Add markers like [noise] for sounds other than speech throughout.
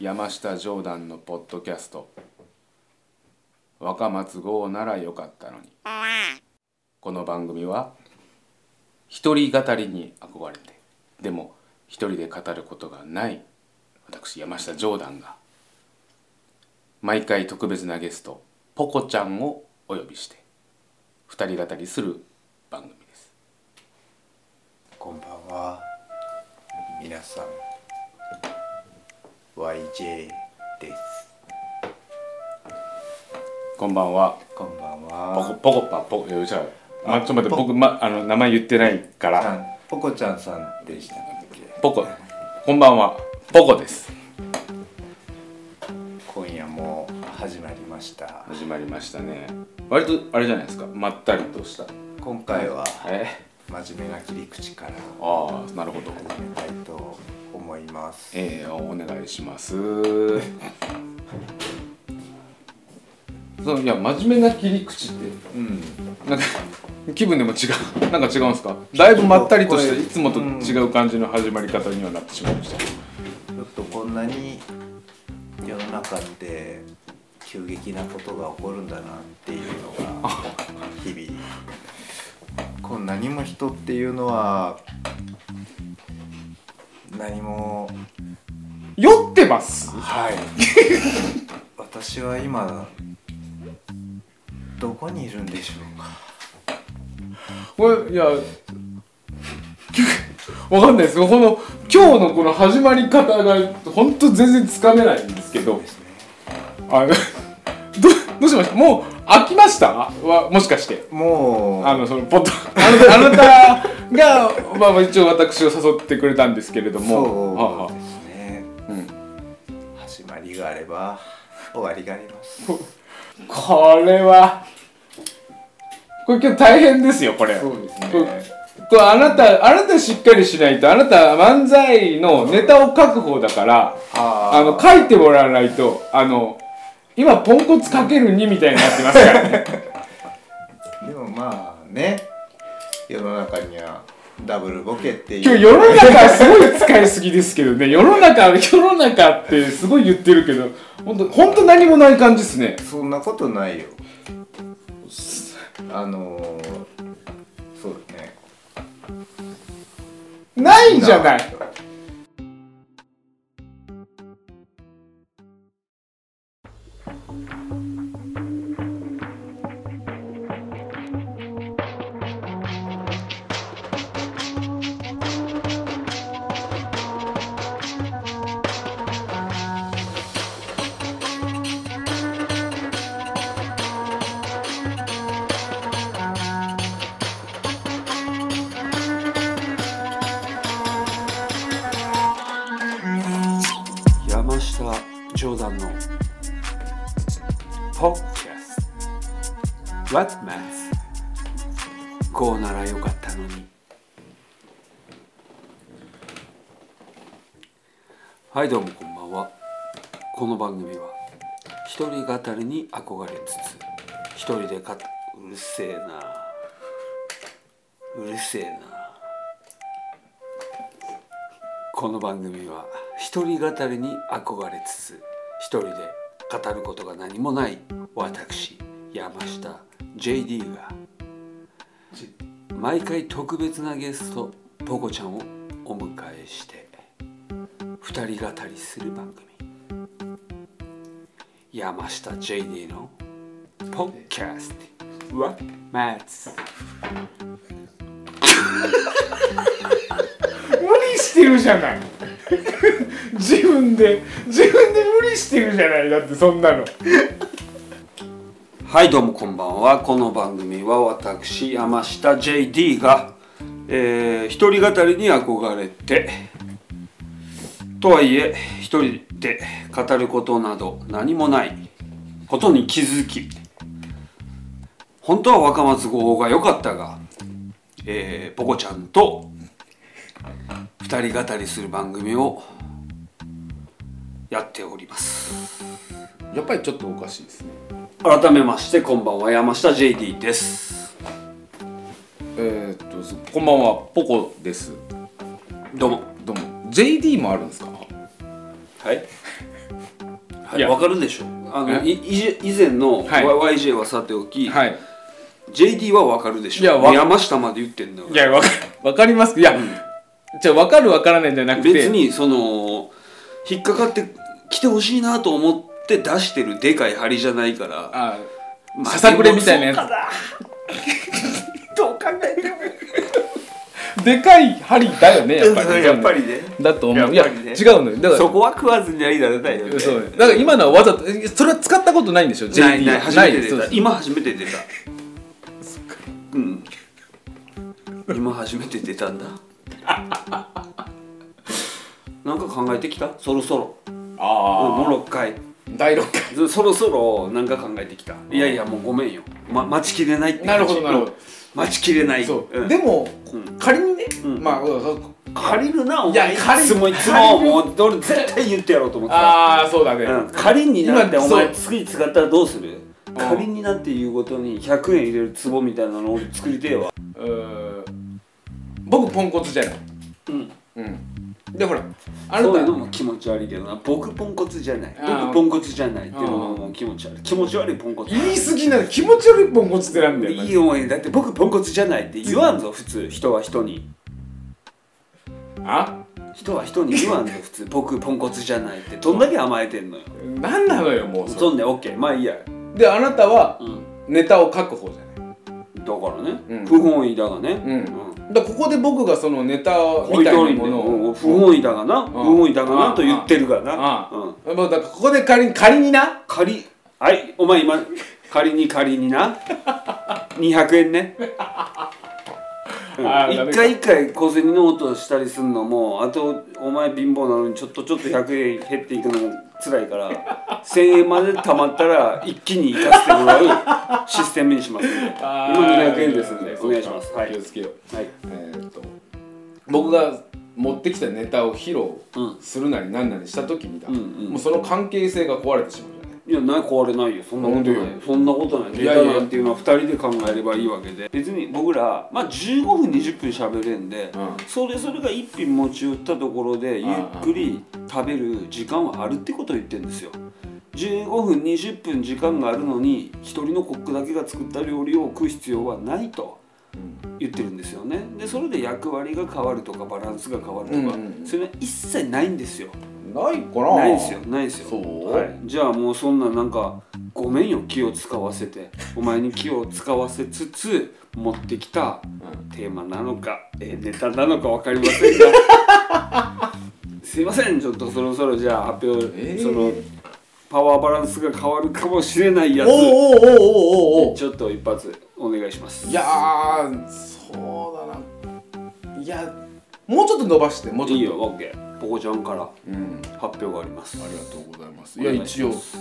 山下ジョーダンのポッドキャスト若松剛ならよかったのにこの番組は一人語りに憧れてでも一人で語ることがない私山下ジョーダンが毎回特別なゲストポコちゃんをお呼びして二人語りする番組ですこんばんは皆さん YJ ですこんばんはこんばんポコはポコパポコいやじゃあまちょっと待ってポ僕、ま、あの名前言ってないから、あポコちゃんさんでしたっけポコ、こんばんは、ポコです。今夜も始まりました始まりましたね。割とあれじゃないですか、まったりとした。今回はえ、真面目な切り口からああ、なるほど。始めたいと思いますえー、お願いします。そういや、真面目な切り口って、うんなんか気分でも違う、なんか違うんですか。だいぶまったりとしちて、ょいっとつもと違う感じの始まり方にはなってしまいました。ちょっとこんなに世の中って急激なことが起こるんだなっていうの [laughs] が日々こんなにも人っていうのは何も酔ってます。はい [laughs] 私は今どこにいるんでしょうかこれいやきゅわかんないですこの今日のこの始まり方が本当全然つかめないんですけどですねあの [laughs] どどうしましたもう飽きましたはもしかしてもうあのそのポッドあなたあなたが、まあまあ、一応私を誘ってくれたんですけれどもはあはそうですねあうん始まりがあれば終わりがありますこれはこれ今日大変ですよこれそうですねこれこれあなたあなたしっかりしないとあなた漫才のネタを書く方だからあーあの書いてもらわないとあの今ポンコツかける2みたいになってますからね [laughs] でもまあね世の中にはダブルボケって今い日う世の中すごい使いすぎですけどね世の中世の中ってすごい言ってるけど本当本当何もない感じですねそんなことないよあのー、そうだねないんじゃない山下冗談のポッドキャスト What m a t こうならよかったのにはいどうもこんばんはこの番組は一人語りに憧れつつ一人でかうるせえなうるせえなこの番組は一人語りに憧れつつ一人で語ることが何もない私山下 JD が毎回特別なゲストポコちゃんをお迎えして二人語りする番組山下 JD のポッキャストはマッツ無理してるじゃない [laughs] 自分で自分で無理してるじゃないだってそんなのはいどうもこんばんはこの番組は私山下 JD が、えー一人語りに憧れてとはいえ一人で語ることなど何もないことに気づき本当は若松号が良かったが、えーポコちゃんと二人語りする番組をやっておりますやっぱりちょっとおかしいですね改めましてこんばんは山下 JD ですえー、っとそこんばんはポコですどうもどうも JD もあるんですかはいいやわかるでしょあのいいじ以前の、はい Y- YJ はさておき、はい JD はわかるでしょいやわ山下まで言ってんだかいやわかわかりますいや、じゃあわかるわからないじゃならくて別にその引っかかってきてほしいなと思って出してるでかい針じゃないからあささくれみたいなやつそうかなどう考えてもでかい針だよねやっぱりやっぱりねだと思ういややっぱりね違うのよだから [laughs] そこは食わずにはいられないよねそうだから今のはわざとえそれは使ったことないんでしょ JD ないない初めて出そうたです今初め [laughs] て出たうん今初めて出たんだ [laughs] なんか考えてきたそろそろあもう6回ー第6回ずそろそろなんか考えてきたいやいやもうごめんよ、ま、待ちきれないってなるほどなるほどうん待ちきれないそう、んでも、うん仮にね、うんまあそう借りるなおいや前い借りつもいつ借もりるもう俺絶対言ってやろうと思ってたああそうだね、うん、仮になって今お前そう次使ったらどうする仮になっていうごとに100円入れる壺みたいなの俺作りてえわうーん僕ポンコツじゃないうんうんでほらあなそういうたのも気持ち悪いけどな僕ポンコツじゃないあー僕ポンコツじゃないっていうのがもう気持ち悪い気持ち悪いポンコツ言い過ぎなの気持ち悪いポンコツってなんだよいい思いだって僕ポンコツじゃないって言わんぞ普通人は人にあ人は人に言わ [laughs] んぞ普通僕ポンコツじゃないってどんだけ甘えてんのよなんなのよもうそそんで OK まあいいやれであなたはうんネタを書く方じゃないだからね、うん不本意だがね、うんだからここで僕がそのネタこうみいたう通いりなもねのうんを不本意だがな、不本意だがうなんと言ってるからな、あうん、あもうだからここで仮に仮にな仮はいお前今仮に仮にな200円ね、うんあーダメか一回一回小銭の音したりするのもあとお前貧乏なのにちょっとちょっと100円減っていくのも辛いから1000円まで貯まったら一気に生かしてもらうシステムにしますんで今200円ですんでお願いしますはい気をつけようはいえーっと僕が持ってきたネタを披露うんするなりなんなりした時にだ、うんうんもうその関係性が壊れてしまうじゃないいやない壊れないよそんなことないよなんでそんなことないいネやいやタなんていうのは2人で考えればいいわけで別に僕らまあ15分20分喋れんで、うんそれぞれが一品持ち寄ったところでうんゆっくり食べる時間はあるってことを言ってるんですよ15分20分時間があるのに一人のコックだけが作った料理を食う必要はないと言ってるんですよねでそれで役割が変わるとかバランスが変わるとか、うんうんうんそういうのは一切ないんですよないかなないですよないですよそうはい、じゃあもうそんななんかごめんよ気を使わせてお前に気を使わせつつ持ってきたテーマなのか、えーネタなのか分かりませんが [laughs] すいませんちょっとそろそろじゃあ発表、えーそのパワーバランスが変わるかもしれないやおつおおおおおおちょっと一発お願いしますいやーそうだないやもうちょっと伸ばしてもうちょいっいとよ OK ポコちゃんからうん発表がありますありがとうございますおいや願いし一応ます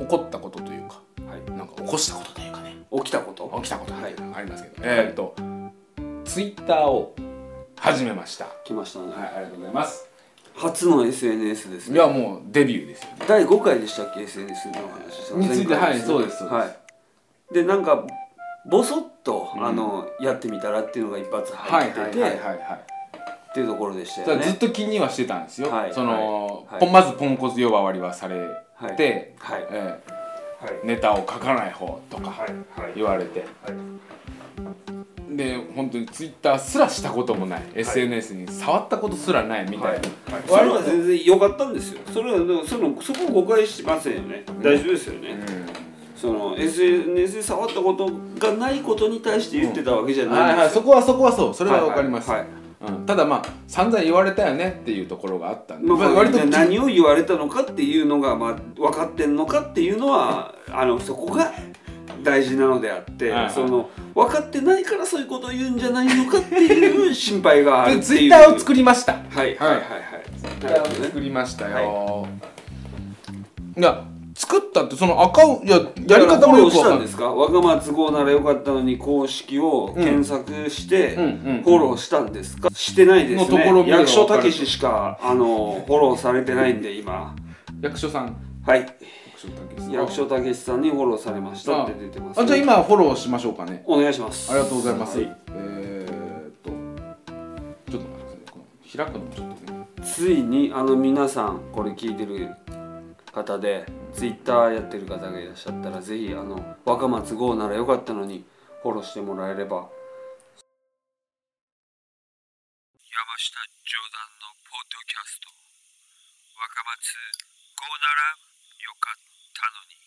怒ったことというかはいなんか起こしたことというかね起きたこと起きたことはいがありますけど、えーっとツイッターを始めましたは来ましたいね、ありがとうございます初の SNS ですいねやもうデビューですよね第5回でしたっけ SNS の話したのについて前回はいそうですそうですはい、でなんかボソッと、うんあのやってみたらっていうのが一発は入いってて、はいはいはいはいっていうところでしただかよらずっねと気にはしてたんですよ、はいその、はいポンまずポンコツ呼ばわりはされはいて、はいはいえーネタを書かない方とか言われて、で本当にツイッターすらしたこともない、SNS に触ったことすらないみたいな、それは全然良かったんですよそれはでもそのそこ誤解しませんよね、大丈夫ですよね、その SNS で触ったことがないことに対して言ってたわけじゃうんなはいいんはいですよ、そこはそこはそうそれはわかります、はいはいうん、ただまあ散々言われたよねっていうところがあったんで、まあ、割と何を言われたのかっていうのが、まあ、分かってんのかっていうのはあのそこが大事なのであって、はいはいその分かってないからそういうことを言うんじゃないのかっていう心配があるっていでうツイッターを作りましたはいはいはいはいなるほどね作りましたよ、い、や作ったってそのアカウントいややり方もよくフォローしわたかんんなでいすか我が松号ならよかったのに公式を検索して、うんうんうんフォローしたんですかしてないですねのところ見れば役所わかるたけししかあのフォローされてないんで今役所さんはい役所たけし役所たけしさんにフォローされましたって出てます、あじゃあ今フォローしましょうかねお願いしますありがとうございます、はえー、っとちょっと待ってくださいねこの開くのもちょっとねついにあの皆さんこれ聞いてる方でツイッターやってる方がいらっしゃったらぜひあの若松剛ならよかったのにフォローしてもらえれば山下ジョダンのポッドキャスト若松剛ならよかったのに